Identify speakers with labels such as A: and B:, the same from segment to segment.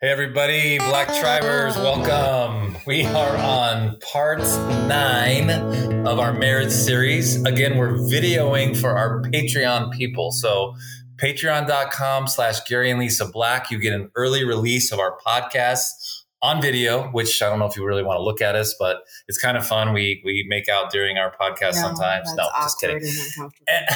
A: Hey everybody, Black Tribers, welcome. We are on part nine of our marriage series. Again, we're videoing for our Patreon people. So patreon.com slash Gary and Lisa Black. You get an early release of our podcast on video, which I don't know if you really want to look at us, but it's kind of fun. We we make out during our podcast sometimes. No, just kidding. And,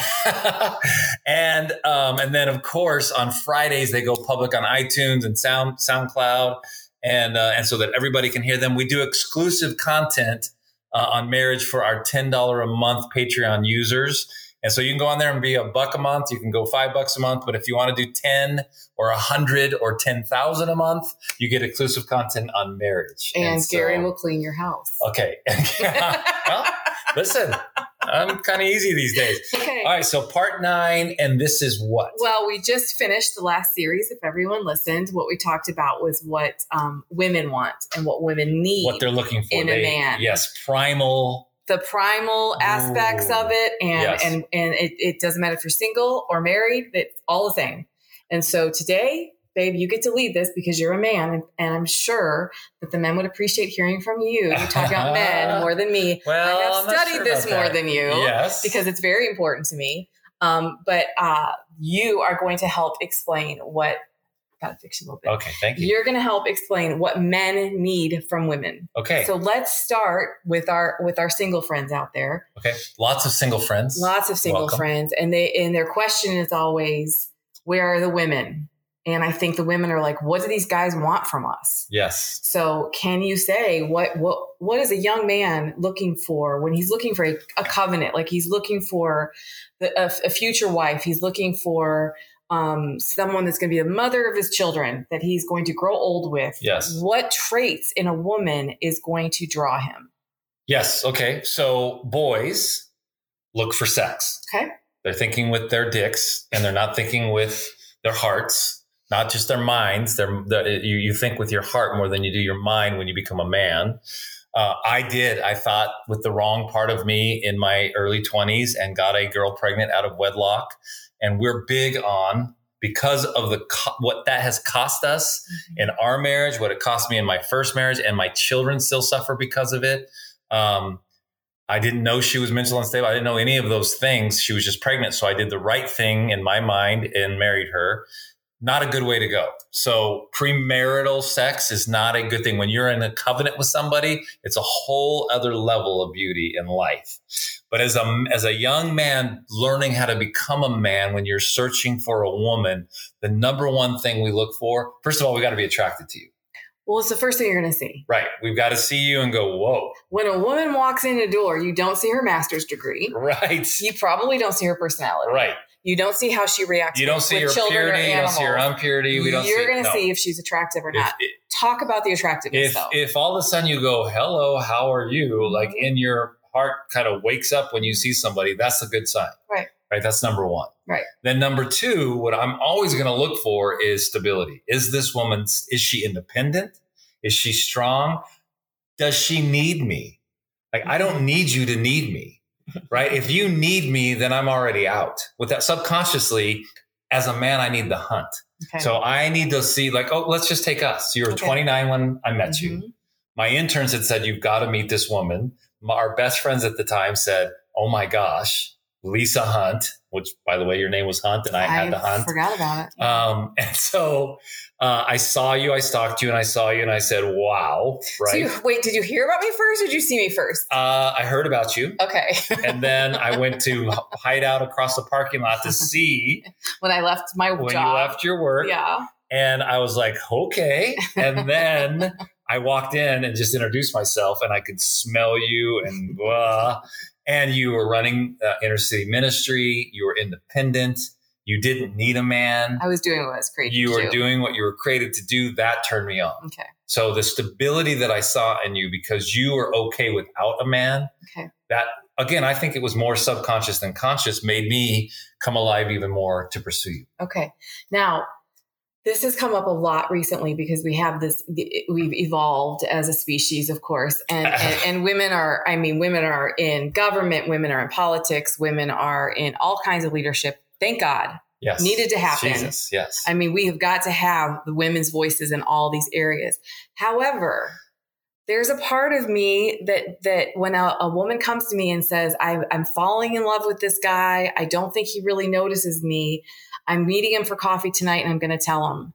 A: and um, and then of course on Fridays they go public on iTunes and Sound SoundCloud, and uh, and so that everybody can hear them. We do exclusive content uh, on marriage for our ten dollar a month Patreon users. And so you can go on there and be a buck a month. You can go five bucks a month. But if you want to do 10 or a 100 or 10,000 a month, you get exclusive content on marriage.
B: And,
A: so-
B: Gary will clean your house.
A: Okay. well, listen, I'm kind of easy these days.
B: Okay.
A: All right. So part nine, and this is what?
B: Well, we just finished the last series. If everyone listened, what we talked about was what um, women want and what women need.
A: what they're looking for.
B: in a man.
A: Yes. Primal.
B: the primal aspects
A: Ooh.
B: of it, and
A: Yes.
B: and and it, it doesn't matter if you're single or married; it's all the same. And so today, babe, you get to lead this because you're a man, and, and I'm sure that the men would appreciate hearing from you. You talk about men more than me.
A: Well,
B: I have
A: I'm not
B: studied
A: sure
B: this
A: about
B: more
A: that.
B: than you.
A: Yes.
B: because it's very important to me. Um, but uh, you are going to help explain what got to fix you a little bit.
A: Okay. Thank you.
B: You're going to help explain what men need from women.
A: Okay.
B: So let's start with our with our single friends out there.
A: okay. Lots of single friends.
B: Lots of single
A: Welcome.
B: friends, and they and their question is always, "Where are the women?" And I think the women are like, "What do these guys want from us?"
A: Yes.
B: So can you say what what what is a young man looking for when he's looking for a, a covenant? Like he's looking for the, a, a future wife. He's looking for um, someone that's going to be the mother of his children that he's going to grow old with.
A: Yes.
B: What traits in a woman is going to draw him?
A: Yes. Okay. So boys look for sex.
B: Okay.
A: They're thinking with their dicks and they're not thinking with their hearts, not just their minds. They're, they you, you think with your heart more than you do your mind when you become a man. Uh, I did. I thought with the wrong part of me in my early 20s and got a girl pregnant out of wedlock. And we're big on because of the co- what that has cost us in our marriage, what it cost me in my first marriage, and my children still suffer because of it. Um, I didn't know she was mentally unstable. I didn't know any of those things. She was just pregnant. So I did the right thing in my mind and married her. Not a good way to go. So premarital sex is not a good thing. When you're in a covenant with somebody, it's a whole other level of beauty in life. But as a as a young man learning how to become a man when you're searching for a woman, the number one thing we look for, first of all, we got to be attracted to you.
B: Well, it's the first thing you're going to see
A: Right. We've got to see you and go, whoa.
B: when a woman walks in the door. You don't see her master's degree.
A: Right.
B: You probably don't see her personality.
A: Right.
B: You don't see how she reacts.
A: You
B: with-
A: don't see
B: with
A: your
B: children or
A: purity. You don't see your
B: animals.
A: unpurity. We don't see
B: you're going to
A: no.
B: see if she's attractive or
A: if,
B: not. Talk about the attractiveness,
A: if,
B: though.
A: if all of a sudden you go, hello, how are you? Like in your heart kind of wakes up when you see somebody, that's a good sign.
B: Right.
A: Right. That's number one.
B: Right.
A: Then number two, what I'm always going to look for is stability. Is this woman, is she independent? Is she strong? Does she need me? Like, I
B: Mm-hmm.
A: don't need you to need me. Right. if you need me, then I'm already out. With that subconsciously, as a man, I need the hunt.
B: Okay.
A: So I need to see, like, oh, let's just take us. You were
B: Okay.
A: 29 when I met you.
B: Mhm.
A: My interns had said, you've got to meet this woman. My, our best friends at the time said, oh my gosh, Lisa Hunt, which by the way, your name was Hunt and I, had to hunt.
B: forgot about it.
A: Um, and so uh, I saw you, I stalked you and I saw you and I said, wow,
B: So
A: right?
B: you, wait, did you hear about me first or did you see me first?
A: uh, I heard about you.
B: Okay.
A: And then I went to hide out across the parking lot to see
B: when I left my
A: when
B: job.
A: you left your work.
B: Yeah.
A: And I was like, okay. And then I walked in and just introduced myself, and I could smell you and blah. And you were running uh, inner city ministry. You were independent. You didn't need a man.
B: I was doing what I was created
A: You
B: to
A: were
B: do.
A: doing what you were created to do. That turned me on.
B: Okay.
A: So the stability that I saw in you because you were okay without a man.
B: Okay.
A: That again, I think it was more subconscious than conscious, made me come alive even more to pursue you.
B: Okay. Now, this has come up a lot recently because we have this, we've evolved as a species, of course. And, and, and women are, I mean, women are in government, women are in politics, women are in all kinds of leadership. Thank God.
A: Yes.
B: needed to happen.
A: Jesus, yes.
B: I mean, we have got to have the women's voices in all these areas. However, there's a part of me that that when a, a woman comes to me and says, I, "I'm falling in love with this guy. I don't think he really notices me. I'm meeting him for coffee tonight, and I'm going to tell him."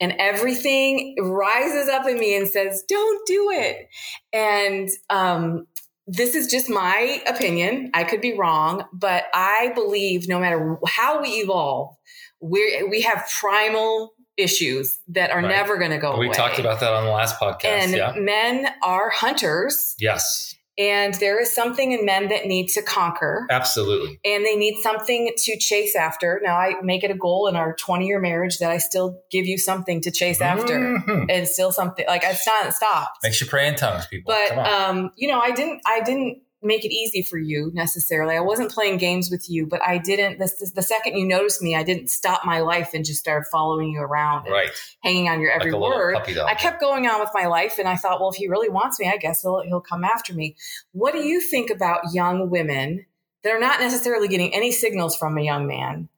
B: And everything rises up in me and says, "Don't do it." And um, this is just my opinion. I could be wrong, but I believe no matter how we evolve, we we have primal issues that are
A: Right.
B: never going to go away.
A: Oh, we talked about that on the last podcast.
B: and
A: yeah.
B: men are hunters,
A: Yes.
B: and there is something in men that need to conquer,
A: Absolutely.
B: and they need something to chase after. Now, I make it a goal in our twenty-year marriage that I still give you something to chase after,
A: Mhm.
B: and still something like it's not stopped.
A: Makes you pray in tongues, people.
B: but
A: Come on.
B: um, you know i didn't i didn't make it easy for you necessarily i wasn't playing games with you but i didn't this, this the second you noticed me i didn't stop my life and just started following you around and
A: right.
B: hanging on your every
A: like a
B: word
A: little puppy dog.
B: i kept going on with my life and i thought well if he really wants me i guess he'll, he'll come after me what do you think about young women that are not necessarily getting any signals from a young man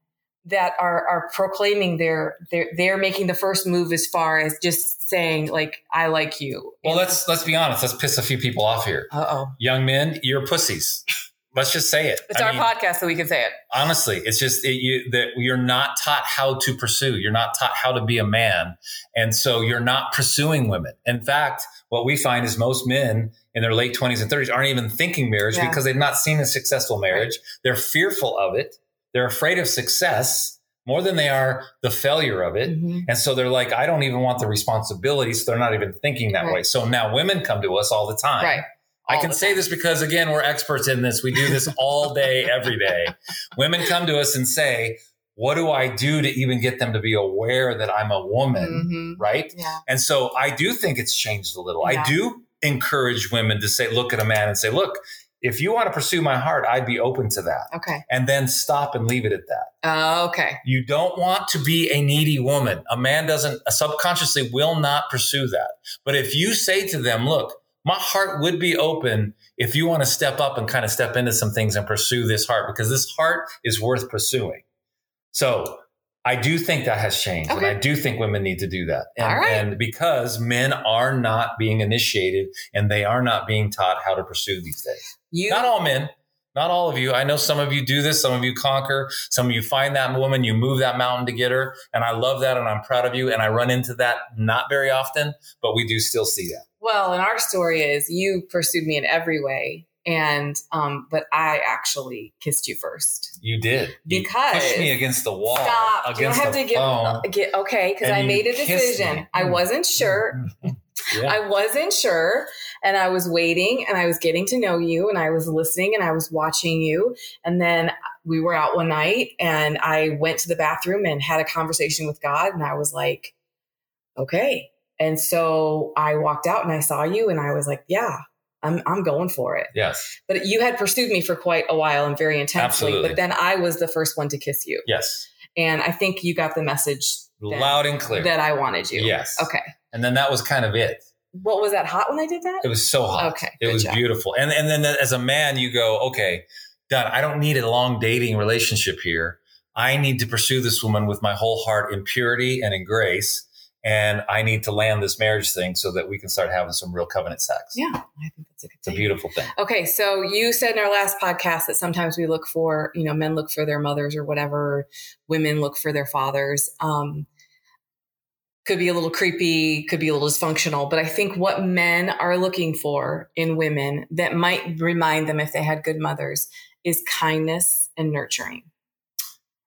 B: that are are proclaiming their they're they're making the first move as far as just saying like I like you.
A: Well, let's let's be honest. Let's piss a few people off here.
B: uh oh.
A: Young men, you're pussies. Let's just say it.
B: It's
A: I
B: our
A: mean,
B: podcast, so we can say it.
A: honestly, it's just it, you, that you're not taught how to pursue. You're not taught how to be a man, and so you're not pursuing women. In fact, what we find is most men in their late 20s and 30s aren't even thinking marriage
B: Yeah.
A: because they've not seen a successful marriage. They're fearful of it. They're afraid of success more than they are the failure of
B: Mm-hmm.
A: it. And so they're like, I don't even want the responsibility. So they're not even thinking that
B: Right.
A: way. So now women come to us all the time.
B: Right.
A: I
B: All
A: can
B: the
A: say
B: time.
A: this because again, we're experts in this. We do this all day, every day. Women come to us and say, What do I do to even get them to be aware that I'm a woman?
B: Mhm.
A: Right.
B: Yeah.
A: And so I do think it's changed a little.
B: Yeah.
A: I do encourage women to say, Look at a man and say, Look, if you want to pursue my heart, I'd be open to that.
B: Okay.
A: And then stop and leave it at that.
B: Uh, okay.
A: You don't want to be a needy woman. A man doesn't subconsciously will not pursue that. But if you say to them, look, my heart would be open if you want to step up and kind of step into some things and pursue this heart because this heart is worth pursuing. So I do think that has changed.
B: Okay.
A: And I do think women need to do that. And,
B: All right.
A: and because men are not being initiated and they are not being taught how to pursue these things
B: You.
A: not all men not all of you i know some of you do this some of you conquer some of you find that woman you move that mountain to get her and i love that and i'm proud of you and i run into that not very often but we do still see that
B: well, and our story is you pursued me in every way, and um, but I actually kissed you first.
A: you did You
B: Because-
A: pushed me against the wall
B: Stop. You don't
A: against
B: have
A: the
B: to get,
A: phone
B: get okay because
A: and
B: I
A: you
B: made a
A: kissed
B: decision.
A: me.
B: I wasn't sure.
A: yeah.
B: I wasn't sure. And I was waiting and I was getting to know you and I was listening and I was watching you. And then we were out one night and I went to the bathroom and had a conversation with God. And I was like, okay. And so I walked out and I saw you and I was like, yeah, I'm, I'm going for it.
A: yes
B: But you had pursued me for quite a while and very intensely.
A: Absolutely.
B: But then I was the first one to kiss you.
A: yes
B: And I think you got the message then
A: loud and clear
B: that I wanted you.
A: yes
B: Okay.
A: and then that was kind of it
B: What was that hot when I did that?
A: it was so hot
B: Okay,
A: it
B: good
A: was
B: job.
A: beautiful and and then as a man you go okay done i don't need a long dating relationship here i need to pursue this woman with my whole heart in purity and in grace and i need to land this marriage thing so that we can start having some real covenant sex
B: Yeah, I think that's a good
A: it's a
B: thing.
A: beautiful thing
B: Okay, so you said in our last podcast that sometimes we look for, you know, men look for their mothers or whatever, women look for their fathers. Um, could be a little creepy, could be a little dysfunctional, but I think what men are looking for in women that might remind them if they had good mothers is kindness and nurturing.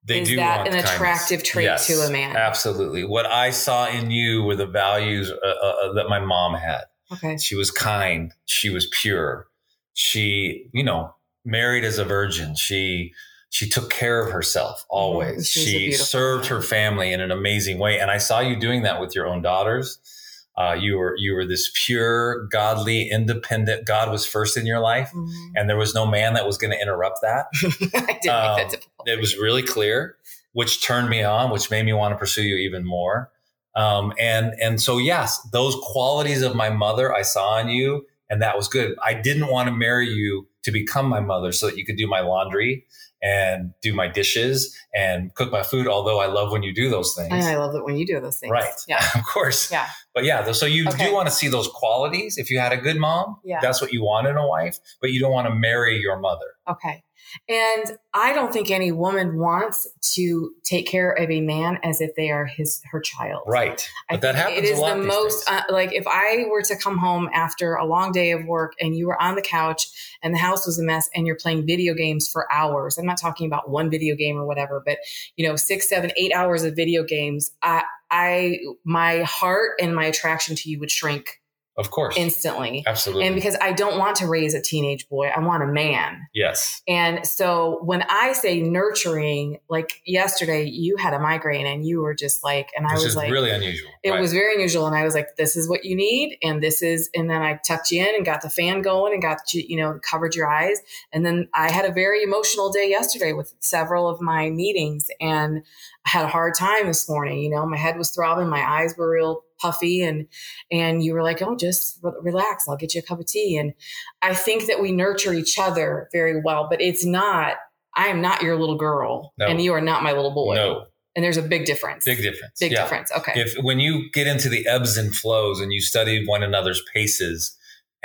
A: they
B: Is
A: do
B: that
A: want
B: an
A: kindness.
B: attractive trait
A: Yes,
B: to a man?
A: absolutely what i saw in you were the values uh, uh, that my mom had
B: Okay.
A: She was kind. She was pure. She, you know, married as a virgin. She she took care of herself always.
B: Mhm. She was a
A: She
B: beautiful
A: served her family in an amazing way, and I saw you doing that with your own daughters. Uh, you were you were this pure, godly, independent. God was first in your life,
B: Mhm.
A: and there was no man that was going to interrupt that.
B: I didn't
A: Um,
B: make that difficult.
A: It was really clear, which turned me on, which made me want to pursue you even more. Um, and and so yes, those qualities of my mother I saw in you, and that was good. I didn't want to marry you to become my mother so that you could do my laundry and do my dishes and cook my food. Although I love when you do those things.
B: And I love that when you do those things.
A: Right.
B: Yeah.
A: of course.
B: Uh-huh. Yeah.
A: But yeah, so you
B: Okay.
A: do want to see those qualities. If you had a good mom,
B: Yeah.
A: that's what you want in a wife, but you don't want to marry your mother.
B: Okay. And I don't think any woman wants to take care of a man as if they are his her child.
A: Right.
B: I
A: But that
B: think
A: happens
B: It
A: a
B: is
A: lot
B: the
A: these
B: most
A: days.
B: uh, like if I were to come home after a long day of work and you were on the couch and the house was a mess and you're playing video games for hours. I'm not talking about one video game or whatever, but you know, six, seven, eight hours of video games. I, I, my heart and my attraction to you would shrink
A: Of course.
B: instantly.
A: Absolutely.
B: And because I don't want to raise a teenage boy, I want a man.
A: yes.
B: And so when I say nurturing, like yesterday, you had a migraine and you were just like, and I
A: This
B: was
A: is
B: like,
A: really unusual.
B: it
A: Right.
B: was very unusual. And I was like, this is what you need. And this is, and then I tucked you in and got the fan going and got you, you know, covered your eyes. And then I had a very emotional day yesterday with several of my meetings and I had a hard time this morning. You know, my head was throbbing, my eyes were real puffy and, and you were like, oh, just re- relax. I'll get you a cup of tea. And I think that we nurture each other very well, but it's not, I am not your little girl
A: No.
B: and you are not my little boy.
A: no
B: And there's a big difference.
A: big difference.
B: Big
A: yeah.
B: difference. Okay.
A: If when you get into the ebbs and flows and you study one another's paces,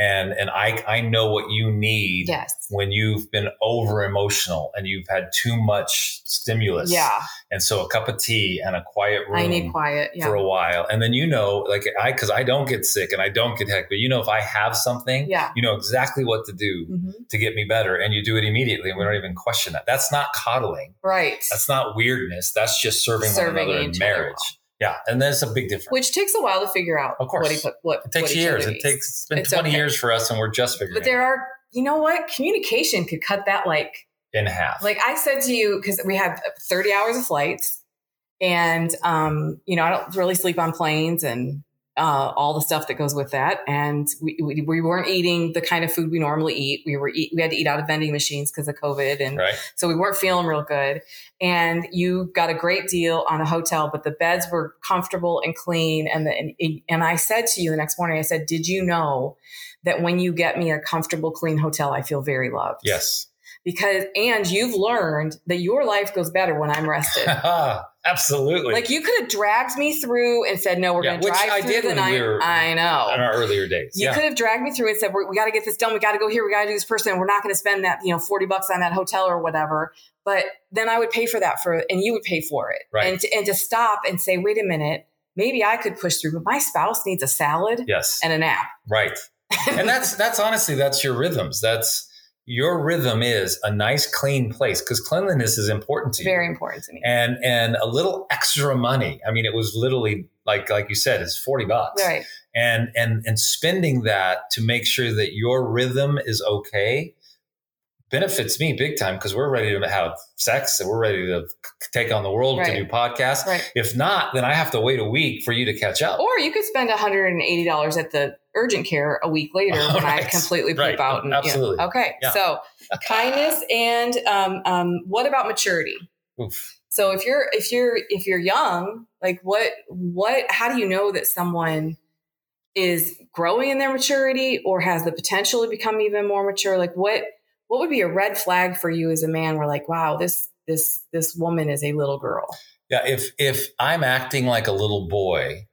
A: and and I I know what you need
B: Yes.
A: when you've been over emotional and you've had too much stimulus.
B: Yeah,
A: And so a cup of tea and a quiet room.
B: I need quiet. Yeah.
A: Um, for a while. And then you know, like I, because I don't get sick and I don't get heck, but you know, if I have something,
B: yeah.
A: you know exactly what to do
B: hmm
A: to get me better, and you do it immediately, and we don't even question that. That's not coddling.
B: Right.
A: That's not weirdness. That's just serving,
B: Serving
A: one another in
B: each other
A: marriage. Yeah, and that's a big difference.
B: Which takes a while to figure out.
A: Of course.
B: What he put. What
A: it takes
B: what each
A: years.
B: other
A: It
B: needs.
A: takes it's been
B: It's
A: twenty
B: okay.
A: years for us, and we're just figuring
B: But
A: it
B: there are. You know what? Communication could cut that like
A: in half.
B: like I said to you because we had 30 hours of flights, and um, you know I don't really sleep on planes and. Uh, all the stuff that goes with that, and we, we we weren't eating the kind of food we normally eat. We were eat, we had to eat out of vending machines because of COVID, and
A: right?
B: So we weren't feeling real good. And you got a great deal on a hotel, but the beds were comfortable and clean. And, the, and, and I said to you the next morning, I said, Did you know that when you get me a comfortable, clean hotel, I feel very loved?
A: Yes.
B: Because, and you've learned that your life goes better when I'm rested.
A: Absolutely.
B: like you could have dragged me through and said, No, we're
A: Yeah,
B: going to
A: which
B: drive
A: I
B: through
A: did
B: the
A: when
B: night.
A: we were-
B: I know.
A: in our earlier days.
B: oh. You
A: yeah.
B: could have dragged me through and said, "We, we got to get this done. We got to go here. We got to do this person. We're not going to spend that, you know, forty bucks on that hotel or whatever." But then I would pay for that for, and you would pay for it,
A: Right.
B: and to, and to stop and say, "Wait a minute, maybe I could push through, but my spouse needs a salad
A: yes.
B: and a nap."
A: right. and that's that's honestly that's your rhythms that's your rhythm is a nice clean place because cleanliness is important to you
B: very important to me.
A: and and a little extra money i mean it was literally like like you said it's 40 bucks
B: Right.
A: and and and spending that to make sure that your rhythm is okay benefits me big time because we're ready to have sex and we're ready to c- take on the world
B: Right.
A: to do podcasts
B: Right.
A: if not then i have to wait a week for you to catch up
B: Or you could spend one hundred and eighty dollars at the urgent care a week later when I
A: Right.
B: completely poop
A: Right.
B: out. And, you know.
A: Absolutely.
B: okay.
A: Yeah.
B: So kindness and um, um, what about maturity?
A: Oof.
B: So if you're if you're if you're young, like what what how do you know that someone is growing in their maturity or has the potential to become even more mature? Like what what would be a red flag for you as a man where like, wow, this this this woman is a little girl.
A: Yeah, if if I'm acting like a little boy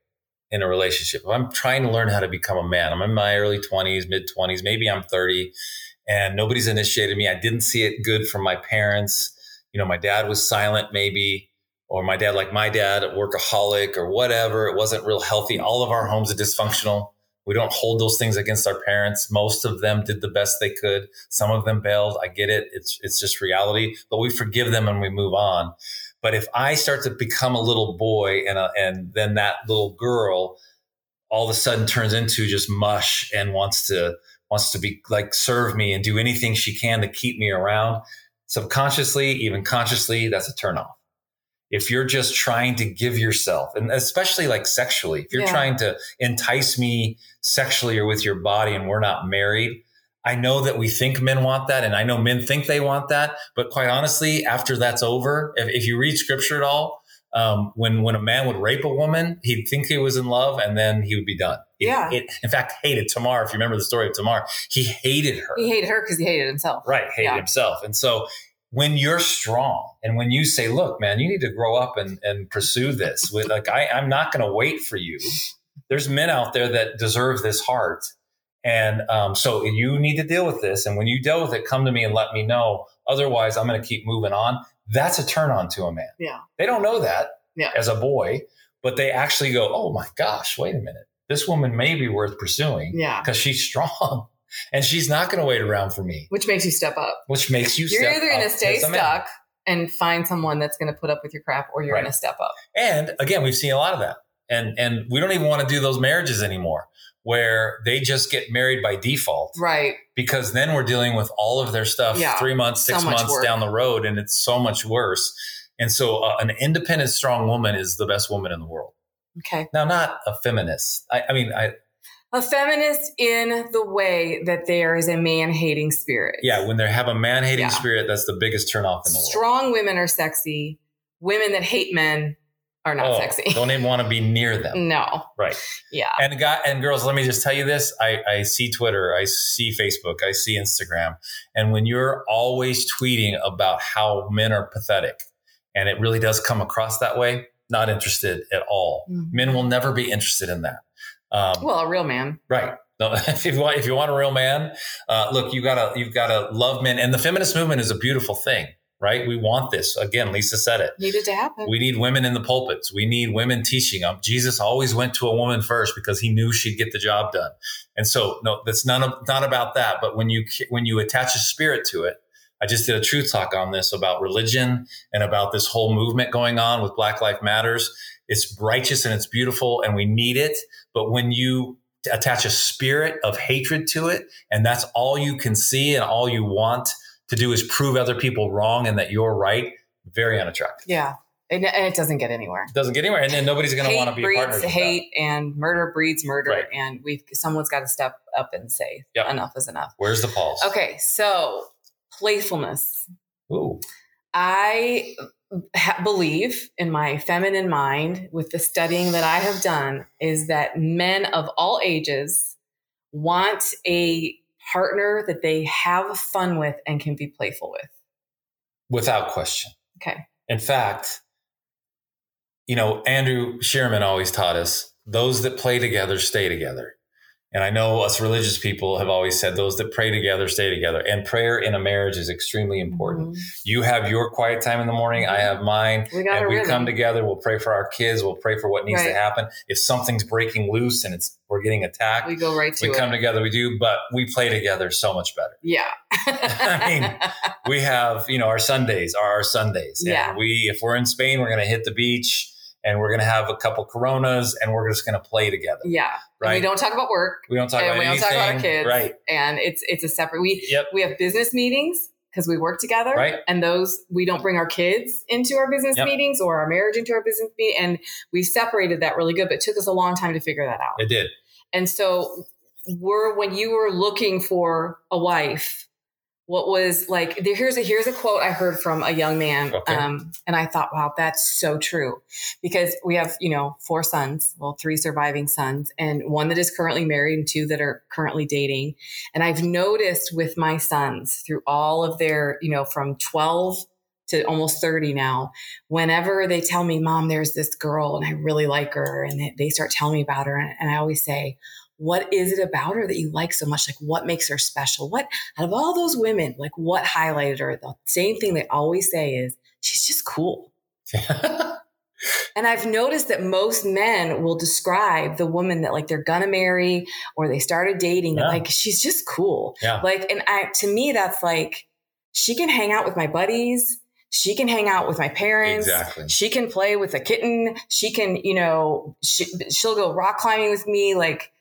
A: in a relationship, if I'm trying to learn how to become a man, I'm in my early 20s, mid 20s, maybe I'm 30, and nobody's initiated me. I didn't see it good from my parents. You know, my dad was silent, maybe, or my dad, like my dad, a workaholic or whatever. It wasn't real healthy. All of our homes are dysfunctional. We don't hold those things against our parents. Most of them did the best they could. Some of them bailed. I get it. It's it's just reality, but we forgive them and we move on. But if I start to become a little boy and a, and then that little girl all of a sudden turns into just mush and wants to wants to be like serve me and do anything she can to keep me around, subconsciously, even consciously, that's a turnoff. If you're just trying to give yourself, and especially like sexually, if you're
B: Yeah.
A: trying to entice me sexually or with your body and we're not married, I know that we think men want that, and I know men think they want that. But quite honestly, after that's over, if, if you read scripture at all, um, when when a man would rape a woman, he'd think he was in love, and then he would be done. He-
B: Yeah.
A: it- in fact, hated Tamar. If you remember the story of Tamar, he hated her.
B: He hated her because he hated himself.
A: Right, hated
B: Yeah.
A: himself, and so when you're strong and when you say, look, man, you need to grow up and, and pursue this. With, like, I, I'm not going to wait for you. There's men out there that deserve this heart. And um, so you need to deal with this. And when you deal with it, come to me and let me know. Otherwise, I'm going to keep moving on. That's a turn on to a man.
B: Yeah.
A: They don't know that
B: Yeah.
A: as a boy, but they actually go, oh my gosh, wait a minute. This woman may be worth pursuing
B: Yeah.
A: because she's strong and she's not going to wait around for me,
B: Which makes you step up.
A: which makes you
B: You're
A: step
B: either going to
A: up
B: stay
A: as a man.
B: stuck and find someone that's going to put up with your crap or you're
A: Right.
B: going to step up.
A: And again, we've seen a lot of that. And and we don't even want to do those marriages anymore where they just get married by default
B: Right.
A: because then we're dealing with all of their stuff
B: Yeah.
A: 3 months, 6
B: So much
A: months
B: work.
A: down the road and it's so much worse. And so uh, an independent strong woman is the best woman in the world.
B: Okay.
A: Now not a feminist. I, I mean I
B: A feminist in the way that there is a man hating spirit.
A: yeah, when they have a man-hating
B: Yeah.
A: spirit, that's the biggest turnoff in the world.
B: Strong women are sexy. Women that hate men are not
A: Oh,
B: sexy. Mm.
A: Don't even want to be near them.
B: No.
A: Right.
B: Yeah.
A: and guy and girls, let me just tell you this: I, I see Twitter, I see Facebook, I see Instagram, and when you're always tweeting about how men are pathetic, and it really does come across that way, not interested at all.
B: Mhm.
A: Men will never be interested in that. Um,
B: Well, a real man.
A: right. No, if you want, if you want a real man, uh, look, you gotta you've gotta love men, and the feminist movement is a beautiful thing, right? We want this. Again, Lisa said it.
B: Needed to happen.
A: We need women in the pulpits. We need women teaching. Um, Jesus always went to a woman first because he knew she'd get the job done. And so, no, that's none of, not about that. But when you ca- when you attach a spirit to it, I just did a truth talk on this about religion and about this whole movement going on with Black Life Matters. It's righteous and it's beautiful, and we need it. But when you t- attach a spirit of hatred to it, and that's all you can see and all you want to do is prove other people wrong and that you're right, very unattractive
B: yeah. And, and it doesn't get anywhere.
A: doesn't get anywhere, and then nobody's going to
B: Hate
A: want to be a
B: breeds
A: partner. to that.
B: hate, and murder breeds murder,
A: Right.
B: and we've someone's got to step up and say
A: Yep.
B: enough is enough.
A: Where's the pulse?
B: Okay, so playfulness.
A: Ooh,
B: I um, ha- believe in my feminine mind, with the studying that I have done, is that men of all ages want a partner that they have fun with and can be playful with.
A: without question.
B: Okay.
A: In fact, you know Andrew Sherman always taught us those that play together stay together, and I know us religious people have always said those that pray together stay together. And prayer in a marriage is extremely
B: Mm-hmm.
A: important. You have your quiet time in the morning. I have mine.
B: We got
A: and
B: a
A: we
B: rhythm.
A: come together we'll pray for our kids we'll pray for what needs to
B: Right.
A: happen if something's breaking loose and it's we're getting attacked
B: we go right to
A: we
B: it.
A: come together we do but we play together so much better
B: yeah.
A: I mean, we have you know our sundays are our sundays
B: Yeah.
A: and we if we're in spain we're going to hit the beach and we're going to have a couple coronas and we're just going to play together
B: yeah. And
A: right
B: we don't talk about work
A: we don't talk
B: and
A: about
B: we don't
A: anything
B: talk about our kids.
A: right
B: and it's it's a separate we
A: yep
B: we have business meetings because we work together
A: Right.
B: and those we don't bring our kids into our business
A: Yep.
B: meetings or our marriage into our business meeting and we separated that really good but it took us a long time to figure that out
A: it did
B: and so were when you were looking for a wife what was like there- here's a here's a quote i heard from a young man
A: Okay.
B: um, and i thought wow that's so true because we have you know four sons well three surviving sons and one that is currently married and two that are currently dating and i've noticed with my sons through all of their you know from 12 to almost 30 now whenever they tell me mom there's this girl and i really like her and they- they start telling me about her and- and i always say what is it about her that you like so much like what makes her special what out of all those women like what highlighted her the same thing they always say is she's just cool and I've noticed that most men will describe the woman that like they're gonna marry or they started dating
A: Yeah.
B: that like she's just cool.
A: Yeah.
B: Like, and I to me that's like she can hang out with my buddies, she can hang out with my parents.
A: exactly
B: She can play with a kitten. She can, you know, she, she'll go rock climbing with me. Like,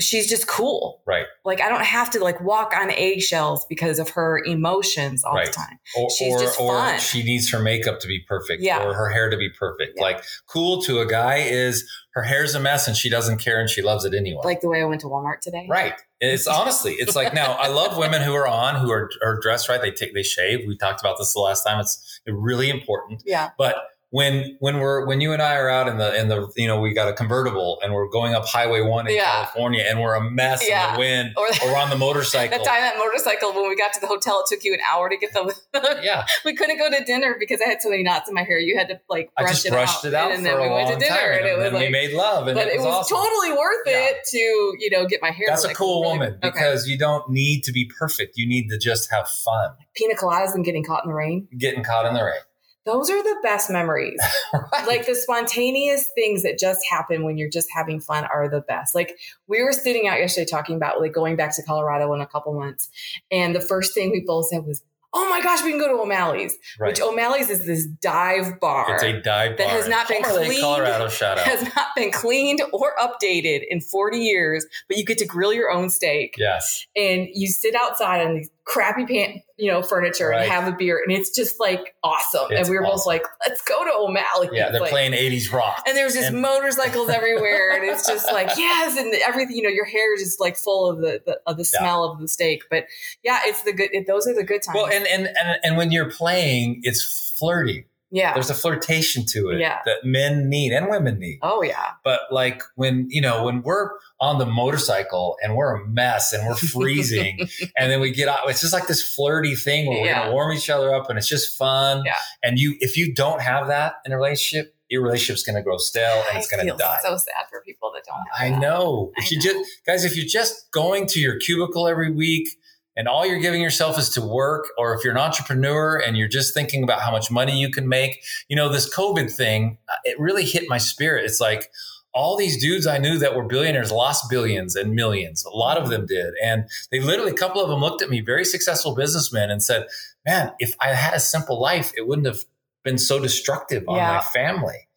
B: she's just cool.
A: Right.
B: Like, I don't have to like walk on eggshells because of her emotions all
A: Right.
B: the time.
A: or
B: She's
A: or,
B: just
A: or
B: fun.
A: she needs her makeup to be perfect
B: Yeah.
A: or her hair to be perfect
B: Yeah.
A: like cool to a guy is her hair's a mess and she doesn't care and she loves it anyway
B: Like the way I went to Walmart today.
A: Right. It's honestly, it's like now I love women who are on, who are, are dressed right. They take, they shave. We talked about this the last time. It's really important.
B: Yeah.
A: But when when we're when you and I are out in the in the you know we got a convertible and we're going up Highway One in
B: Yeah.
A: California and we're a mess in
B: Yeah.
A: the wind
B: Or-
A: or, we're on the motorcycle.
B: That time that motorcycle when we got to the hotel, it took you an hour to get the.
A: yeah,
B: we couldn't go to dinner because I had so many knots in my hair. You had to like
A: I
B: brush
A: just
B: it
A: brushed
B: out,
A: it out
B: and
A: for
B: then
A: a
B: we
A: long
B: went to dinner,
A: time,
B: and it was
A: then
B: like.
A: we made love, and
B: but
A: it was, awesome.
B: totally worth
A: Yeah.
B: it to you know get my hair.
A: That's a
B: like,
A: cool
B: really-
A: woman
B: okay.
A: because you don't need to be perfect. You need to just have fun.
B: pina coladas and getting caught in the rain.
A: Getting caught in the rain.
B: Those are the best memories.
A: Right.
B: like the spontaneous things that just happen when you're just having fun are the best. Like we were sitting out yesterday talking about like going back to Colorado in a couple months, and the first thing we both said was, "Oh my gosh, we can go to O'Malley's,"
A: right.
B: which O'Malley's is this dive bar.
A: It's a dive
B: that
A: bar
B: has
A: in
B: not been
A: Palmer Lake,
B: cleaned,
A: Colorado shout out.
B: has not been cleaned or updated in 40 years, but you get to grill your own steak
A: yes.
B: and you sit outside on these crappy pant, you know, furniture
A: Right.
B: and have a beer, and it's just like awesome.
A: It's
B: and we were both
A: awesome.
B: like, "Let's go to O'Malley's."
A: Yeah, they're
B: Like,
A: playing 80s rock.
B: and there's just
A: And-
B: motorcycles everywhere, and it's just like yes, and everything. You know, your hair is just like full of the, the of the
A: Yeah.
B: smell of the steak. But yeah, it's the good. It, those are the good times.
A: Well, and, and and and when you're playing, it's flirty.
B: yeah.
A: There's a flirtation to it
B: Yeah.
A: that men need and women need.
B: Oh yeah.
A: But like when you know when we're on the motorcycle and we're a mess and we're freezing, and then we get out, it's just like this flirty thing where we're
B: Yeah.
A: gonna warm each other up and it's just fun.
B: Yeah.
A: And you, if you don't have that in a relationship, your relationship's gonna grow stale and it's
B: I
A: gonna
B: feel
A: die.
B: So sad for people that don't. Have
A: I
B: that.
A: know.
B: I
A: If you
B: know.
A: just guys, if you're just going to your cubicle every week and all you're giving yourself is to work, or if you're an entrepreneur and you're just thinking about how much money you can make, you know, this COVID thing, uh, it really hit my spirit. It's like all these dudes I knew that were billionaires lost billions and millions. A lot of them did. And they literally, a couple of them looked at me, very successful businessmen, and said, Man, if I had a simple life, it wouldn't have been so destructive on
B: Yeah.
A: my family.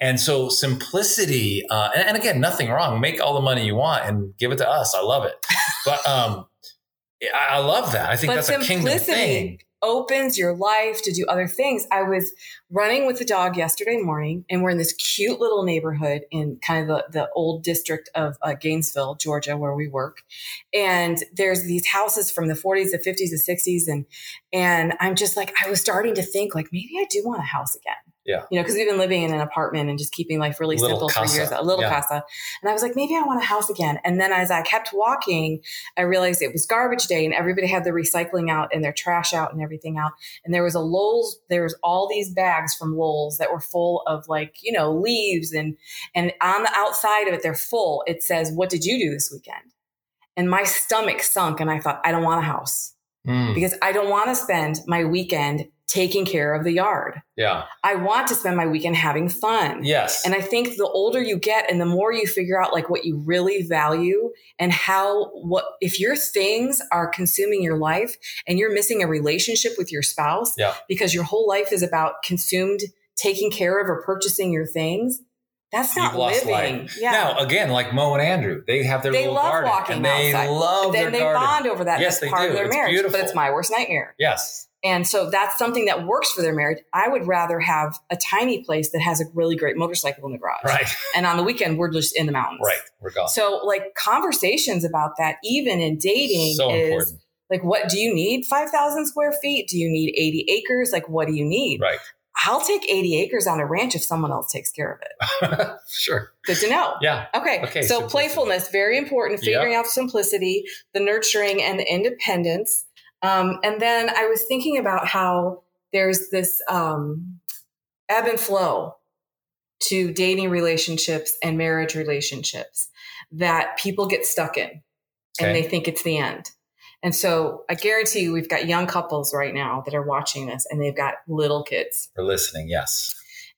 A: And so simplicity, uh, and, and again, nothing wrong. Make all the money you want and give it to us. I love it. But um, I, I love that. I think
B: But
A: that's a kingdom
B: simplicity-
A: thing.
B: opens your life to do other things. I was running with the dog yesterday morning, and we're in this cute little neighborhood in kind of the, the old district of uh, Gainesville, Georgia, where we work. And there's these houses from the 40s, the 50s, the 60s, and and I'm just like, I was starting to think like maybe I do want a house again.
A: Yeah.
B: you know, because we've been living in an apartment and just keeping life really
A: Little
B: simple
A: casa.
B: for years, a little
A: Yeah.
B: casa. And I was like, maybe I want a house again. And then as I kept walking, I realized it was garbage day and everybody had their recycling out and their trash out and everything out. And there was a Lowell's, there was all these bags from Lowell's that were full of like, you know, leaves and and on the outside of it, they're full. It says, What did you do this weekend? And my stomach sunk and I thought, I don't want a house
A: Mm,
B: because I don't want to spend my weekend taking care of the yard.
A: yeah.
B: I want to spend my weekend having fun.
A: Yes.
B: And I think the older you get and the more you figure out like what you really value and how what if your things are consuming your life and you're missing a relationship with your spouse
A: Yeah.
B: because your whole life is about consumed taking care of or purchasing your things, that's
A: You've
B: not
A: lost
B: living. Yeah.
A: Now, again, like Mo and Andrew, they have their
B: They
A: little
B: love
A: garden
B: walking
A: and they
B: outside.
A: love their
B: then they
A: garden.
B: bond over that.
A: Yes,
B: That's
A: they
B: part
A: do.
B: of their
A: It's
B: marriage.
A: beautiful.
B: But it's my worst nightmare.
A: Yes.
B: And so that's something that works for their marriage. I would rather have a tiny place that has a really great motorcycle in the garage.
A: Right.
B: And on the weekend, we're just in the mountains.
A: Right. We're gone.
B: So, like, conversations about that, even in dating,
A: so
B: is
A: important.
B: like, what do you need? 5,000 square feet? Do you need 80 acres? Like, what do you need?
A: Right.
B: I'll take 80 acres on a ranch if someone else takes care of it.
A: sure.
B: Good to know.
A: Yeah.
B: Okay.
A: Okay,
B: So
A: simplicity.
B: playfulness, very important.
A: Yeah.
B: Figuring out simplicity, the nurturing, and the independence. Um, and then I was thinking about how there's this um, ebb and flow to dating relationships and marriage relationships that people get stuck in, and
A: Okay.
B: they think it's the end. And so I guarantee you, we've got young couples right now that are watching this, and they've got little kids
A: We're listening. Yes.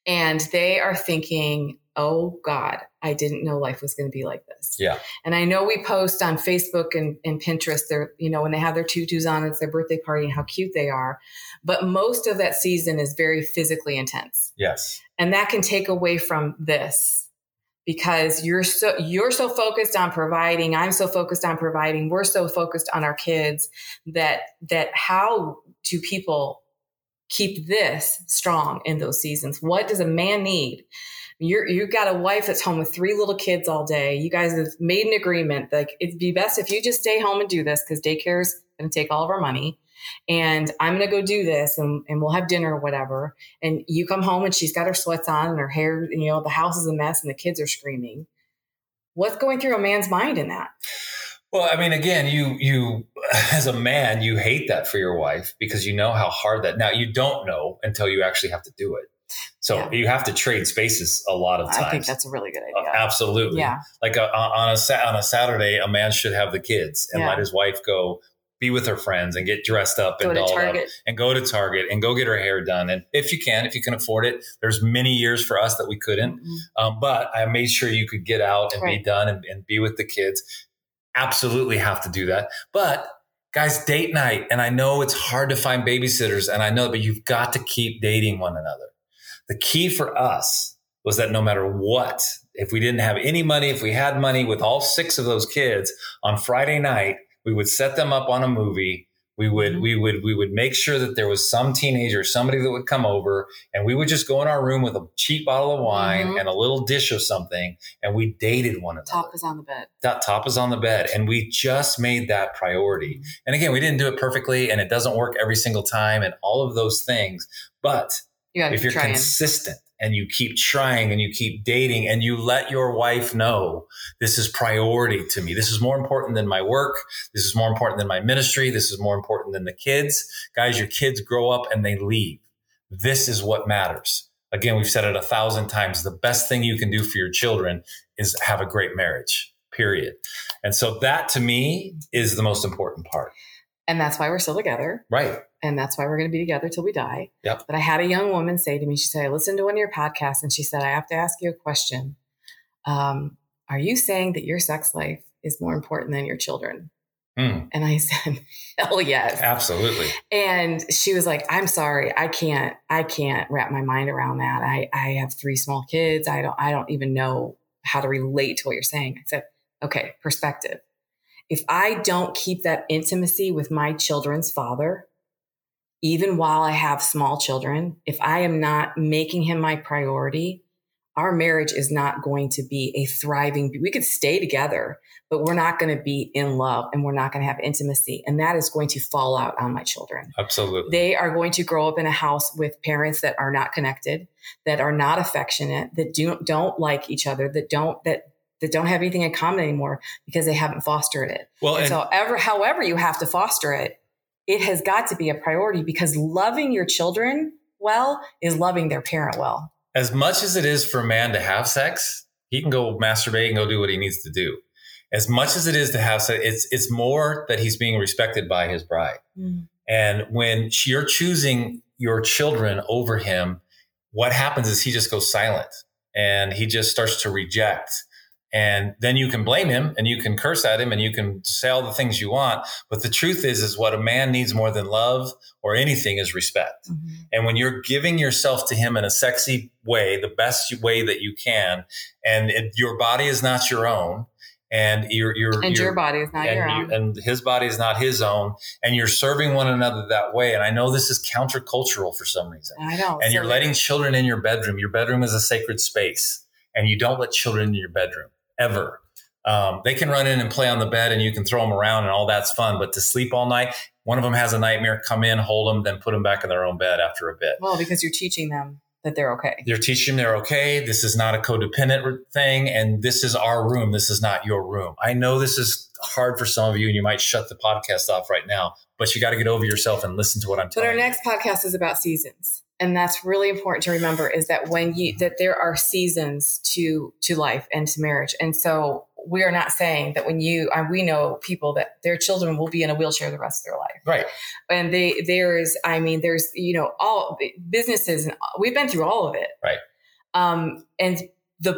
B: and they are thinking, oh God, I didn't know life was going to be like this.
A: Yeah.
B: And I know we post on Facebook and, and Pinterest, they're, you know, when they have their tutus on, it's their birthday party and how cute they are. But most of that season is very physically intense.
A: Yes.
B: And that can take away from this because you're so you're so focused on providing, I'm so focused on providing, we're so focused on our kids that that how do people keep this strong in those seasons? What does a man need? You're, you've got a wife that's home with three little kids all day. You guys have made an agreement. Like, it'd be best if you just stay home and do this because daycare is going to take all of our money. and I'm gonna go do this and, and we'll have dinner or whatever. And you come home and she's got her sweats on and her hair, you know, the house is a mess and the kids are screaming. What's going through a man's mind in that?
A: Well, I mean, again, you you as a man, you hate that for your wife because you know how hard that. Now you don't know until you actually have to do it. So
B: Yeah.
A: you have to trade spaces a lot of times.
B: I think that's a really good
A: Uh,
B: idea.
A: Absolutely.
B: Yeah.
A: Like a, on a Sa- on a Saturday, a man should have the kids and
B: Yeah.
A: let his wife go be with her friends and get dressed up
B: Go
A: and
B: to
A: dolled up
B: Target.
A: and go to Target and go get her hair done. And if you can, if you can afford it, there's many years for us that we couldn't.
B: Mhm.
A: Um, but I made sure you could get out and be
B: Right.
A: done and, and be with the kids. Absolutely have to do that. But guys, date night. And I know it's hard to find babysitters and I know, but you've got to keep dating one another. The key for us was that no matter what, if we didn't have any money, if we had money with all six of those kids on Friday night, we would set them up on a movie. We would,
B: Mhm.
A: we would, we would make sure that there was some teenager, somebody that would come over and we would just go in our room with a cheap bottle of wine
B: Mhm.
A: and a little dish of something. And we dated one another.
B: Top is on the bed.
A: That top is on the bed. And we just made that priority. And again, we didn't do it perfectly and it doesn't work every single time and all of those things. But
B: You gotta
A: if you're
B: keep trying.
A: consistent and you keep trying and you keep dating and you let your wife know this is priority to me this is more important than my work this is more important than my ministry this is more important than the kids guys your kids grow up and they leave this is what matters again we've said it a thousand times the best thing you can do for your children is have a great marriage period and so that to me is the most important part
B: and that's why we're still together.
A: right
B: and that's why we're going to be together till we die.
A: Yep.
B: But I had a young woman say to me, she said, I listened to one of your podcasts and she said, I have to ask you a question. Um, are you saying that your sex life is more important than your children?
A: Mm,
B: And I said, hell yes.
A: absolutely
B: And she was like, I'm sorry. I can't, I can't wrap my mind around that. I, I have three small kids. I don't, I don't even know how to relate to what you're saying. I said, okay, perspective. If I don't keep that intimacy with my children's father, even while I have small children, if I am not making him my priority, our marriage is not going to be a thriving. We could stay together, but we're not going to be in love and we're not going to have intimacy. And that is going to fall out on my children.
A: absolutely
B: They are going to grow up in a house with parents that are not connected, that are not affectionate, that do, don't like each other, that don't, that, that don't have anything in common anymore because they haven't fostered it.
A: well
B: And
A: Oh, and-
B: so, ever, however you have to foster it, it has got to be a priority because loving your children well is loving their parent well.
A: as much as it is for a man to have sex, he can go masturbate and go do what he needs to do. As much as it is to have sex, it's it's more that he's being respected by his bride. And when she- you're choosing your children over him, what happens is he just goes silent and he just starts to reject. And then you can blame him and you can curse at him and you can say all the things you want. But the truth is, is what a man needs more than love or anything is respect. And when you're giving yourself to him in a sexy way, the best way that you can, and it, your body is not your own, and your your
B: And your body is not
A: and,
B: your
A: you-
B: own.
A: and his body is not his own, and you're serving one another that way. And I know this is countercultural for some reason.
B: I know.
A: And
B: So
A: you're letting children in your bedroom. Your bedroom is a sacred space, and you don't let children in your bedroom ever. Um, they can run in and play on the bed, and you can throw them around, and all that's fun. But to sleep all night, one of them has a nightmare. Come in, hold them, then put them back in their own bed after a bit.
B: well because you're teaching them that they're okay.
A: You're teaching them they're okay. This is not a codependent r- thing, and this is our room. This is not your room. I know this is hard for some of you, and you might shut the podcast off right now. But you got to get over yourself and listen to what I'm
B: But
A: telling
B: our
A: you.
B: next podcast is about seasons. And that's really important to remember is that when you that there are seasons to to life and to marriage. And so we are not saying that when you uh, we know people that their children will be in a wheelchair the rest of their life.
A: Right.
B: and they there's i mean there's you know all businesses and we've been through all of it
A: Right.
B: um and the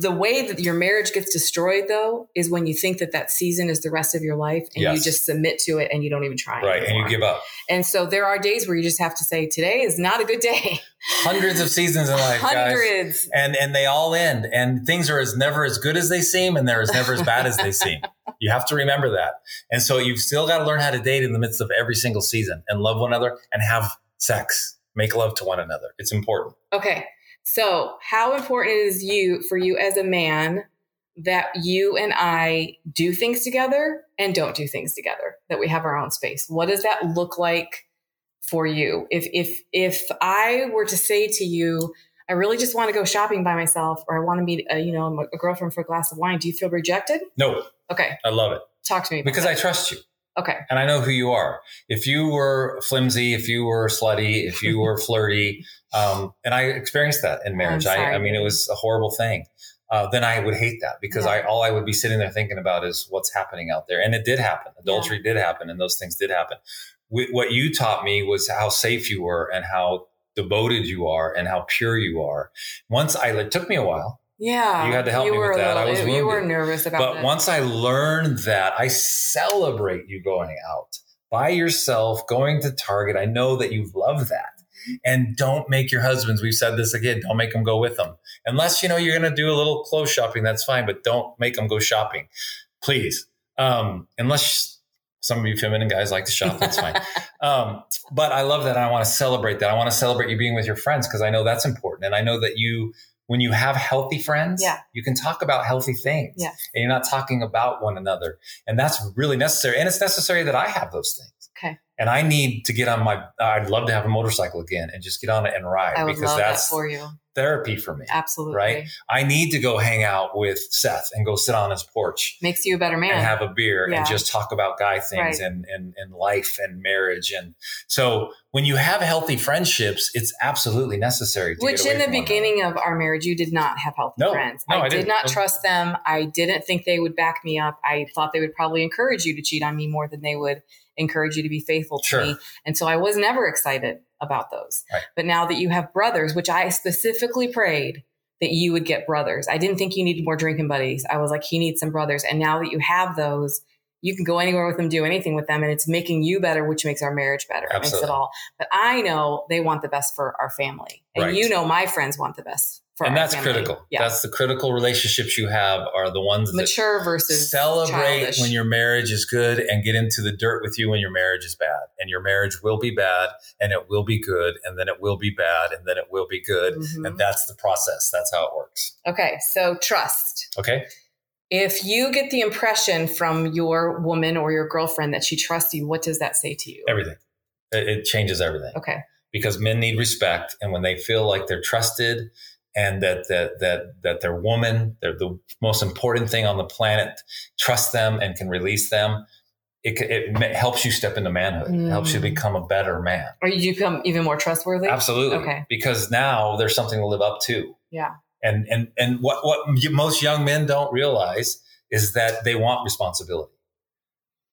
B: the way that your marriage gets destroyed though is when you think that that season is the rest of your life and
A: Yes.
B: you just submit to it and you don't even try
A: Right. And
B: anymore.
A: you give up.
B: and so there are days where you just have to say today is not a good day
A: Hundreds of seasons in life, guys.
B: hundreds
A: and and they all end and things are as never as good as they seem and they're as never as bad as they seem you have to remember that and so you've still got to learn how to date in the midst of every single season and love one another and have sex make love to one another it's important
B: Okay. So, how important is you for you as a man that you and I do things together and don't do things together, that we have our own space. What does that look like for you? If if if I were to say to you, I really just want to go shopping by myself or I want to meet a, you know a girlfriend for a glass of wine, do you feel rejected?
A: No,
B: Okay,
A: I love it
B: talk to me. about
A: because I trust you
B: that. Okay.
A: and I know who you are. If you were flimsy, if you were slutty, if you were flirty, um, and I experienced that in marriage. I,
B: sorry.
A: I mean, it was a horrible thing. Uh, then I would hate that because I all I would be sitting there thinking about is what's happening out there, and it did happen. Adultery did happen, and those things did happen. Wh- what you taught me was how safe you were, and how devoted you are, and how pure you are. Once I it took me a while.
B: Yeah.
A: You had to help me
B: were
A: with
B: a
A: that. I
B: little-
A: was
B: you were
A: wounded.
B: nervous about
A: But
B: that.
A: once I learned that, I celebrate you going out by yourself, going to Target. I know that you love that. And don't make your husbands, we've said this again, don't make them go with them. Unless you know you're going to do a little clothes shopping, that's fine, but don't make them go shopping, please. Um, unless some of you feminine guys like to shop, that's fine. Um, but I love that. I want to celebrate that. I want to celebrate you being with your friends because I know that's important. And I know that you, when you have healthy friends,
B: Yeah.
A: you can talk about healthy things
B: Yeah.
A: and you're not talking about one another. And that's really necessary. And it's necessary that I have those things.
B: Okay.
A: And I need to get on my, I'd love to have a motorcycle again and just get on it and ride
B: I would
A: because
B: love that
A: that's
B: for you.
A: therapy for me.
B: Absolutely.
A: Right? I need to go hang out with Seth and go sit on his porch
B: Makes you a better man.
A: and have a beer
B: Yeah.
A: and just talk about guy things
B: Right.
A: and, and and life and marriage and so when you have healthy friendships it's absolutely necessary to
B: Which
A: get away
B: in the
A: from one
B: beginning of our marriage, you did not have healthy
A: No,
B: friends.
A: no, I
B: did
A: didn't.
B: not
A: No.
B: trust them. I didn't think they would back me up. I thought they would probably encourage you to cheat on me more than they would encourage you to be faithful to
A: Sure.
B: me. And so I was never excited about those.
A: Right.
B: But now that you have brothers, which I specifically prayed that you would get brothers, I didn't think you needed more drinking buddies. I was like, he needs some brothers. And now that you have those, you can go anywhere with them, do anything with them, and it's making you better, which makes our marriage better. It Makes it
A: Absolutely.
B: all but I know they want the best for our family, and
A: Right.
B: you know my friends want the best for
A: and
B: our
A: that's
B: family.
A: critical
B: Yeah,
A: that's the critical relationships you have are the ones that
B: mature versus
A: celebrate
B: childish.
A: when your marriage is good and get into the dirt with you when your marriage is bad and your marriage will be bad and it will be good and then it will be bad and then it will be good
B: Mhm.
A: and that's the process that's how it works
B: okay. So trust.
A: okay
B: If you get the impression from your woman or your girlfriend that she trusts you, what does that say to you?
A: everything it, it changes everything
B: Okay,
A: because men need respect and when they feel like they're trusted and that that that that their woman they're the most important thing on the planet trust them and can release them it, c- it ma- helps you step into manhood it helps you
B: Mm.
A: become a better man
B: or you become even more trustworthy.
A: absolutely
B: Okay.
A: because now there's something to live up to
B: Yeah.
A: and and and what what y- most young men don't realize is that they want responsibility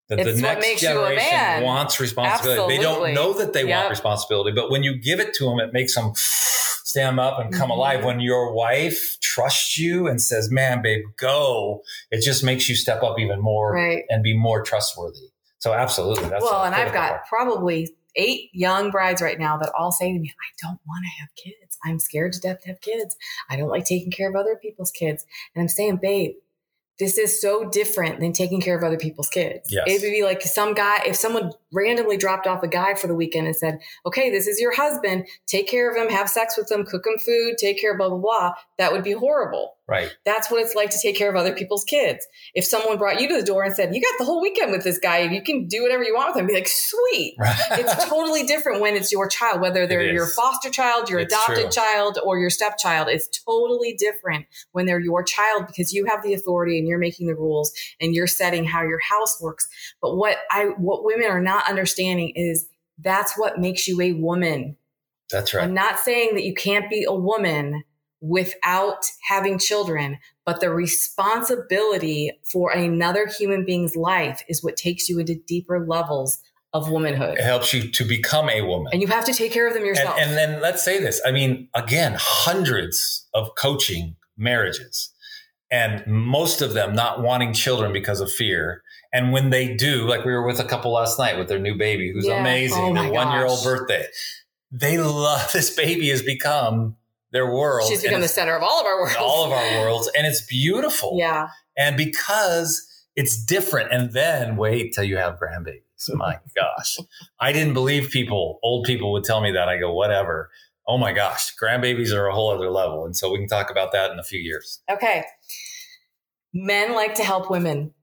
A: that
B: It's
A: the
B: what
A: next
B: makes you a
A: generation
B: man.
A: wants responsibility. They
B: Absolutely.
A: don't know that they want
B: Yep.
A: responsibility, but when you give it to them, it makes them stand up and come
B: Mhm.
A: alive. When your wife trusts you and says, "Man, babe, go," it just makes you step up even more
B: Right.
A: and be more trustworthy. So, absolutely, that's
B: well,
A: the
B: and I've
A: critical
B: got
A: part.
B: probably eight young brides right now that all say to me, I don't want to have kids. I'm scared to death to have kids. I don't like taking care of other people's kids. And I'm saying, babe, this is so different than taking care of other people's kids.
A: Yes.
B: It would be like some guy, if someone randomly dropped off a guy for the weekend and said, okay, this is your husband, take care of him, have sex with him, cook him food, take care of blah, blah, blah. That would be horrible.
A: right.
B: That's what it's like to take care of other people's kids. If someone brought you to the door and said, You got the whole weekend with this guy, you can do whatever you want with him, be like, Sweet. It's totally different when it's your child, whether they're
A: It
B: your
A: is.
B: foster child, your
A: It's
B: adopted
A: true.
B: child, or your stepchild. It's totally different when they're your child because you have the authority and you're making the rules and you're setting how your house works. But what I what women are not understanding is that's what makes you a woman.
A: that's right.
B: I'm not saying that you can't be a woman without having children, but the responsibility for another human being's life is what takes you into deeper levels of womanhood.
A: It helps you to become a woman.
B: And you have to take care of them yourself.
A: And, and then let's say this. I mean, again, hundreds of coaching marriages, and most of them not wanting children because of fear. And when they do, like we were with a couple last night with their new baby, who's
B: Yeah.
A: amazing,
B: Oh my
A: their one year
B: gosh.
A: old birthday. They love this baby has become their world.
B: She's become
A: and
B: the
A: it's
B: center of all of our worlds.
A: all of our worlds, and it's beautiful.
B: Yeah.
A: And because it's different, and then wait till you have grandbabies. My gosh. I didn't believe people, old people would tell me that. I go, whatever. Oh my gosh, grandbabies are a whole other level. And so we can talk about that in a few years.
B: Okay. men like to help women.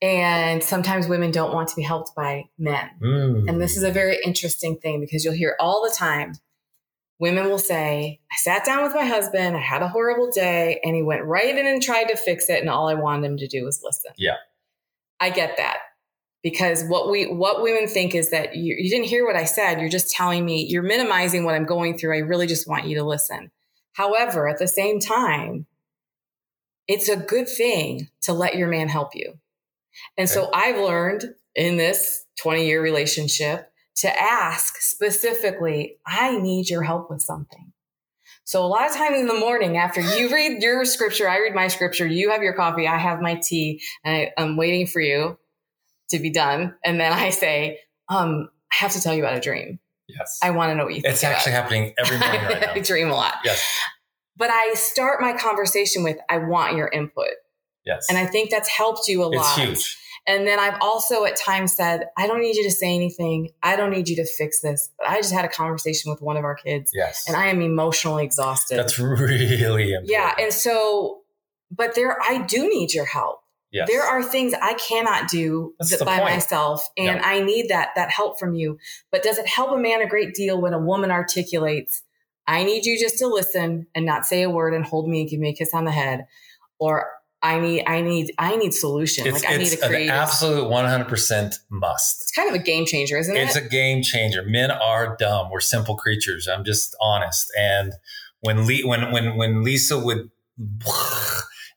B: And sometimes women don't want to be helped by men.
A: Mm.
B: And this is a very interesting thing because you'll hear all the time women will say, I sat down with my husband, I had a horrible day, and he went right in and tried to fix it, and all I wanted him to do was listen.
A: Yeah.
B: I get that. Because what we what women think is that you, you didn't hear what I said. You're just telling me you're minimizing what I'm going through. I really just want you to listen. However, at the same time, it's a good thing to let your man help you. And so I've learned in this 20 year relationship to ask specifically, I need your help with something. So a lot of times in the morning, after you read your scripture, I read my scripture, you have your coffee, I have my tea, and I, I'm waiting for you to be done. And then I say, um, I have to tell you about a dream.
A: Yes.
B: I want to know what you think.
A: it's
B: about
A: actually
B: it."
A: happening every morning right now.
B: I dream a lot.
A: Yes.
B: But I start my conversation with, I want your input.
A: Yes.
B: And I think that's helped you a
A: it's
B: lot.
A: huge.
B: And then I've also at times said, I don't need you to say anything. I don't need you to fix this. But I just had a conversation with one of our kids
A: Yes.
B: and I am emotionally exhausted.
A: That's really important.
B: yeah. And so, but there, I do need your help.
A: yes.
B: There are things I cannot do
A: That's
B: th-
A: the
B: by
A: point.
B: myself, and
A: Yeah.
B: I need that that help from you. But does it help a man a great deal when a woman articulates, "I need you just to listen and not say a word and hold me and give me a kiss on the head," or "I need, I need, I need solution.
A: it's,
B: like I need
A: it's
B: a
A: an
B: creative."
A: absolute 100% must.
B: it's kind of a game changer, isn't
A: It's
B: it?
A: a game changer. Men are dumb. We're simple creatures. I'm just honest. And when Le- when when when Lisa would,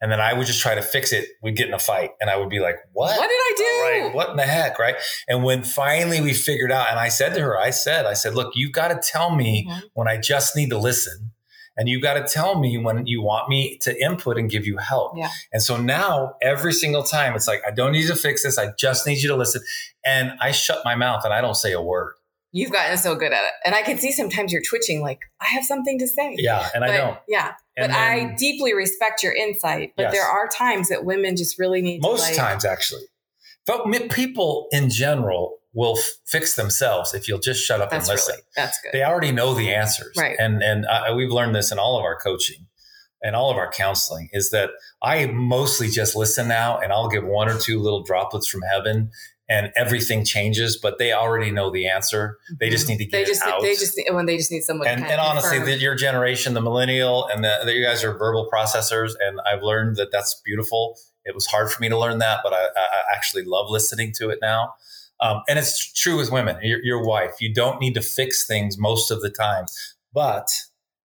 A: and then I would just try to fix it. We'd get in a fight, and I would be like, "What?
B: what did I do?
A: Right? What in the heck? Right?" And when finally we figured out, and I said to her, "I said, I said, look, you've got to tell me
B: Mhm.
A: when I just need to listen." And you got to tell me when you want me to input and give you help.
B: Yeah.
A: And so now every single time it's like, I don't need you to fix this. I just need you to listen. And I shut my mouth and I don't say a word.
B: You've gotten so good at it, and I can see sometimes you're twitching. Like I have something to say.
A: Yeah, and
B: but,
A: I don't.
B: Yeah.
A: And
B: but
A: then
B: I deeply respect your insight. But
A: Yes.
B: there are times that women just really need
A: most
B: to, like,
A: times actually, but me- people in general will f- fix themselves if you'll just shut up and
B: That's
A: listen.
B: really that's good.
A: They already know the answers,
B: Right.
A: And and I, we've learned this in all of our coaching and all of our counseling is that I mostly just listen now, and I'll give one or two little droplets from heaven. And everything changes, but they already know the answer. They just need to get
B: Mm-hmm. They
A: it
B: just
A: out.
B: they just need- when they just need someone.
A: and,
B: to kind
A: and
B: of
A: honestly,
B: confirm.
A: the, your generation, the millennial, and the, the, you guys are verbal processors, and I've learned that that's beautiful. It was hard for me to learn that, but I, I I actually love listening to it now. Um, and it's true with women, your, your wife. You don't need to fix things most of the time, but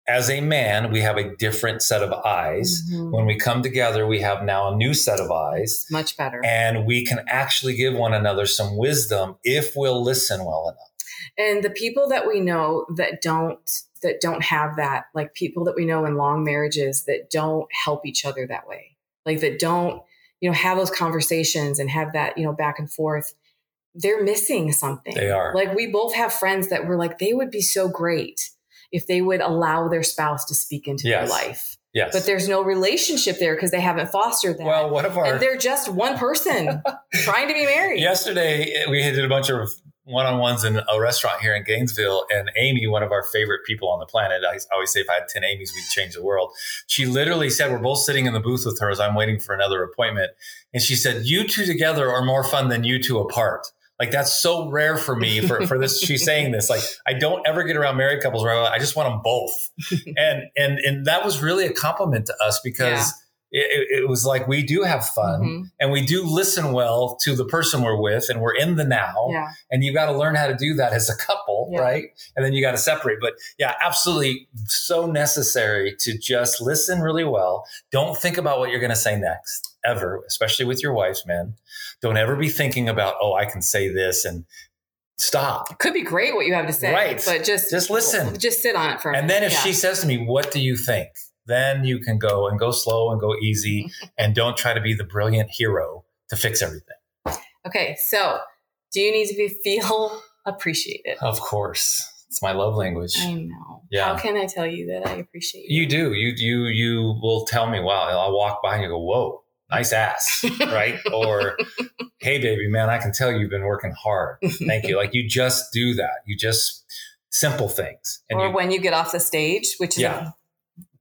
A: as a man, we have a different set of eyes.
B: Mhm.
A: When we come together, we have now a new set of eyes,
B: It's much better. And,
A: and we can actually give one another some wisdom if we'll listen well enough.
B: the people that we know that don't that don't have that, like people that we know in long marriages that don't help each other that way, like that don't you know have those conversations and have that you know back and forth. They're missing something.
A: They are.
B: Like we both have friends that were like they would be so great if they would allow their spouse to speak into
A: Yes.
B: their life,
A: Yes.
B: but there's no relationship there because they haven't fostered that.
A: well, one of our
B: and they're just one person trying to be married.
A: Yesterday, eh, we did a bunch of one on ones in a restaurant here in Gainesville, and Amy, one of our favorite people on the planet, I always say if I had 10 Amy's, we'd change the world. She literally said, We're both sitting in the booth with her as I'm waiting for another appointment. And she said, You two together are more fun than you two apart. Like that's so rare for me for, for this. She's saying this. Like I don't ever get around married couples where I'm like, I just want them both. And and and that was really a compliment to us because it, it- it was like we do have fun
B: Mhm.
A: and we do listen well to the person we're with and we're in the now
B: Yeah.
A: and you got to learn how to do that as a couple
B: Yeah.
A: right and then you got to separate but yeah absolutely so necessary to just listen really well don't think about what you're going to say next ever especially with your wife's men don't ever be thinking about oh i can say this and stop
B: Could be great what you have to say.
A: Right.
B: But just
A: Just listen.
B: Just sit on it for a
A: and
B: minute.
A: then if
B: Yeah.
A: she says to me what do you think then you can go and go slow and go easy and don't try to be the brilliant hero to fix everything
B: Okay, so do you need to be, feel appreciated?
A: Of course. It's my love language.
B: I know.
A: Yeah.
B: How can I tell you that I appreciate you?
A: You do. You you you will tell me, wow, I'll walk by and you go, Whoa, nice ass. right? Or hey baby man, I can tell you've been working hard. Thank you. Like you just do that. You just simple things. And
B: or
A: you,
B: when you get off the stage, which is
A: Yeah.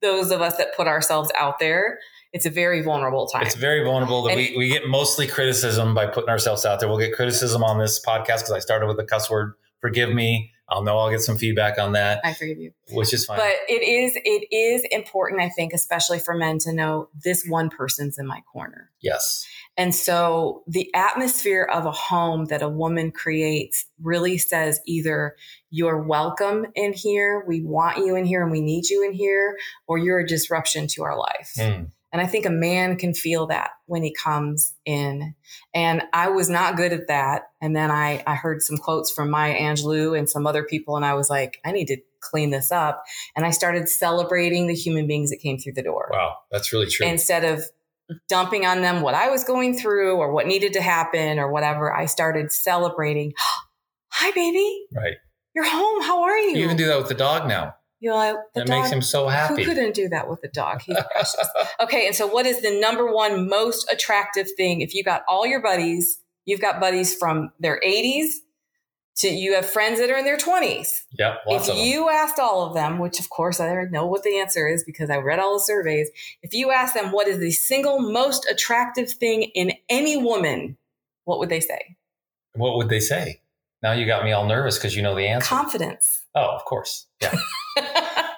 B: those of us that put ourselves out there, it's a very vulnerable time.
A: It's very vulnerable that
B: And-
A: we, we get mostly criticism by putting ourselves out there. We'll get criticism on this podcast because I started with the cuss word. Forgive me. I'll know I'll get some feedback on that,
B: I forgive you.
A: which is fine.
B: But it is it is important, I think, especially for men to know this one person's in my corner.
A: yes.
B: And so the atmosphere of a home that a woman creates really says either you're welcome in here, we want you in here and we need you in here, or you're a disruption to our life.
A: Mm.
B: And I think a man can feel that when he comes in. And I was not good at that. And then I, I heard some quotes from Maya Angelou and some other people, and I was like, I need to clean this up. And I started celebrating the human beings that came through the door
A: Wow. That's really true.
B: instead of dumping on them what I was going through or what needed to happen or whatever. I started celebrating. Hi, baby.
A: right.
B: You're home. How are you?
A: You even do that with the dog now.
B: You're like, the
A: That
B: dog
A: makes him so happy.
B: who couldn't do that with a dog? He's precious. Okay, and so what is the number one most attractive thing if you got all your buddies? You've got buddies from their 80s to you have friends that are in their 20s.
A: yep. Lots
B: if
A: of them.
B: you asked all of them, which of course I already know what the answer is because I read all the surveys, if you asked them what is the single most attractive thing in any woman, what would they say?
A: What would they say? Now you got me all nervous because you know the answer.
B: Confidence.
A: oh, of course. Yeah.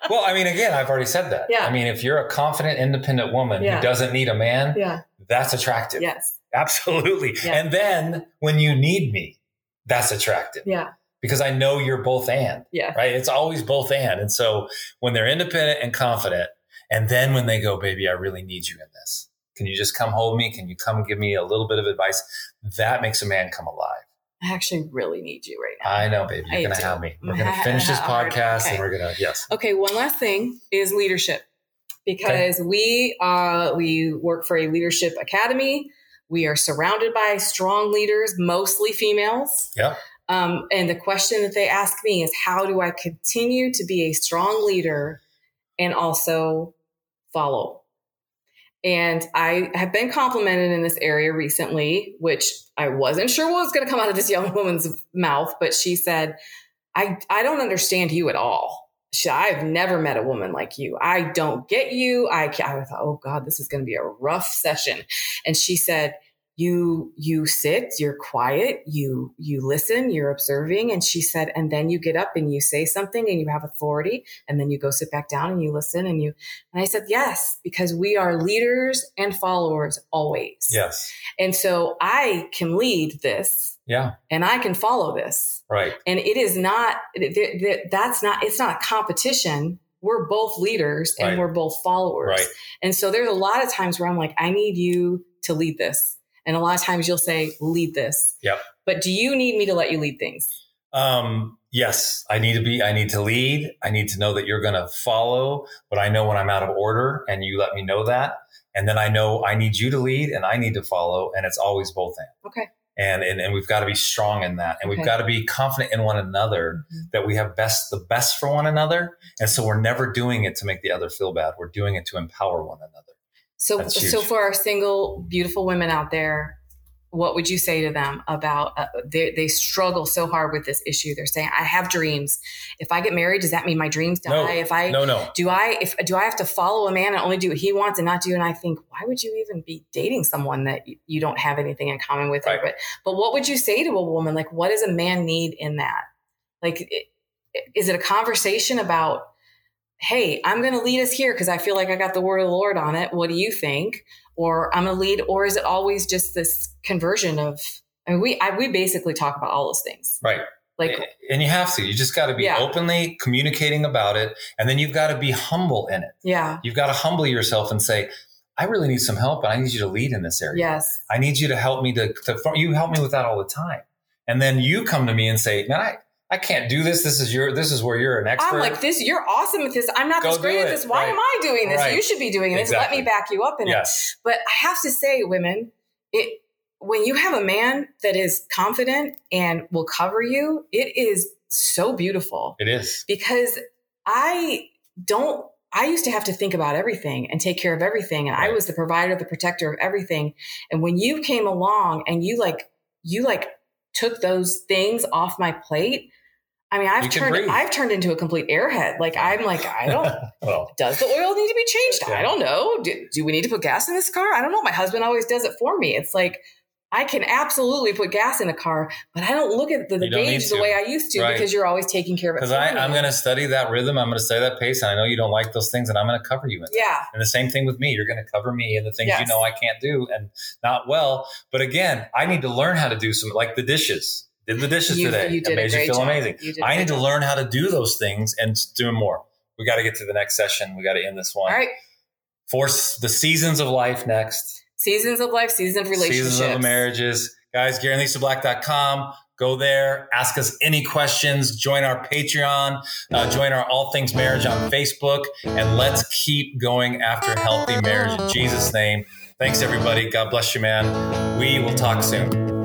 A: well, I mean, again, I've already said that.
B: Yeah.
A: I mean, if you're a confident, independent woman
B: Yeah.
A: who doesn't need a man,
B: yeah.
A: that's attractive.
B: Yes.
A: Absolutely.
B: Yeah.
A: And then when you need me, that's attractive
B: Yeah.
A: because I know you're both and,
B: Yeah.
A: right? It's always both and. And so when they're independent and confident, and then when they go, baby, I really need you in this. Can you just come hold me? Can you come give me a little bit of advice? That makes a man come alive.
B: I actually really need you right now.
A: I know, baby. You're
B: I
A: going to
B: do. Mm-hmm.
A: have me. We're going to finish this podcast
B: Okay.
A: and we're going to, yes.
B: Okay, one last thing is leadership, because we uh, we work for a leadership academy. We are surrounded by strong leaders, mostly females.
A: Yeah.
B: Um, and the question that they ask me is, how do I continue to be a strong leader and also follow? And I have been complimented in this area recently, which I wasn't sure what was going to come out of this young woman's mouth, but she said, I, I don't understand you at all. She, I've never met a woman like you. I don't get you. I, ca- I thought, oh God, this is going to be a rough session. And she said, you, you sit, you're quiet, you, you listen, you're observing. And she said, and then you get up and you say something and you have authority and then you go sit back down and you listen and you, and I said, yes, because we are leaders and followers always.
A: Yes.
B: And so I can lead this
A: Yeah.
B: and I can follow this
A: Right.
B: and it is not th- th- th- that's not it's not a competition we're both leaders and
A: Right.
B: we're both followers
A: Right.
B: and so there's a lot of times where i'm like i need you to lead this and a lot of times you'll say lead this
A: Yep.
B: but do you need me to let you lead things
A: Um, yes, I need to be, I need to lead. I need to know that you're going to follow, but I know when I'm out of order and you let me know that. And then I know I need you to lead and I need to follow. And it's always both and.
B: Okay.
A: And, and, and we've got to be strong in that. And
B: Okay.
A: we've got to be confident in one another that we have best, the best for one another. And so we're never doing it to make the other feel bad. We're doing it to empower one another.
B: so
A: That's huge.
B: so for our single beautiful women out there what would you say to them about uh, they, they struggle so hard with this issue they're saying i have dreams if i get married does that mean my dreams die
A: No.
B: if i
A: No, no.
B: do I if do I have to follow a man and only do what he wants and not do? And I think, why would you even be dating someone that y- you don't have anything in common with?
A: Right.
B: But but what would you say to a woman? Like, what does a man need in that? Like, i- is it a conversation about? Hey, I'm going to lead us here because I feel like I got the word of the Lord on it. What do you think? Or I'm going to lead, or is it always just this conversion of? I mean, we I, we basically talk about all those things.
A: Right. Eh,
B: Like,
A: and you have to, you just got to be
B: Yeah.
A: openly communicating about it. And then you've got to be humble in it.
B: yeah,
A: You've got to humble yourself and say, I really need some help, and I need you to lead in this area.
B: yes,
A: I need you to help me to, to you help me with that all the time. And then you come to me and say, Man, I, I can't do this. This is your this is where you're an expert.
B: I'm like this. You're awesome at this. I'm not
A: Go
B: this great
A: do
B: at
A: it.
B: this. Why
A: Right.
B: am I doing this?
A: Right.
B: You should be doing this.
A: Exactly.
B: Let me back you up in it.
A: yes.
B: But I have to say, women, it when you have a man that is confident and will cover you, it is so beautiful
A: It is.
B: because I don't. I used to have to think about everything and take care of everything, and I
A: Right.
B: was the provider, the protector of everything. And when you came along and you like, you like took those things off my plate, I mean, I've
A: You can
B: turned
A: breathe.
B: I've turned into a complete airhead. Like I'm like I don't.
A: well,
B: Does the oil need to be changed?
A: Yeah.
B: I don't know. Do, do we need to put gas in this car? I don't know. My husband always does it for me. It's like I can absolutely put gas in a car, but I don't look at the, the
A: You don't need
B: gauge the
A: to.
B: way I used to
A: Right.
B: because you're always taking care of it.
A: because
B: for
A: I
B: me.
A: I'm going to study that rhythm. I'm going to study that pace, and I know you don't like those things, and I'm going to cover you in. it.
B: yeah,
A: And the same thing with me. You're going to cover me in the things you
B: Yes.
A: know I can't do and not well. But again, I need to learn how to do some like the dishes. Did the dishes
B: you,
A: today?
B: you
A: it
B: did a
A: made you
B: great
A: feel
B: job.
A: amazing.
B: You did a
A: I
B: great
A: need to
B: job.
A: learn how to do those things and do more. We got to get to the next session. We got to end this one.
B: All right,
A: Force the seasons of life next.
B: seasons of life, seasons of relationships,
A: Seasons of marriages. Guys, GaryandLisaBlack.com. Go there. Ask us any questions. Join our Patreon. Uh, join our All Things Marriage on Facebook. And let's keep going after healthy marriage in Jesus' name. Thanks, everybody. God bless you, man. We will talk soon.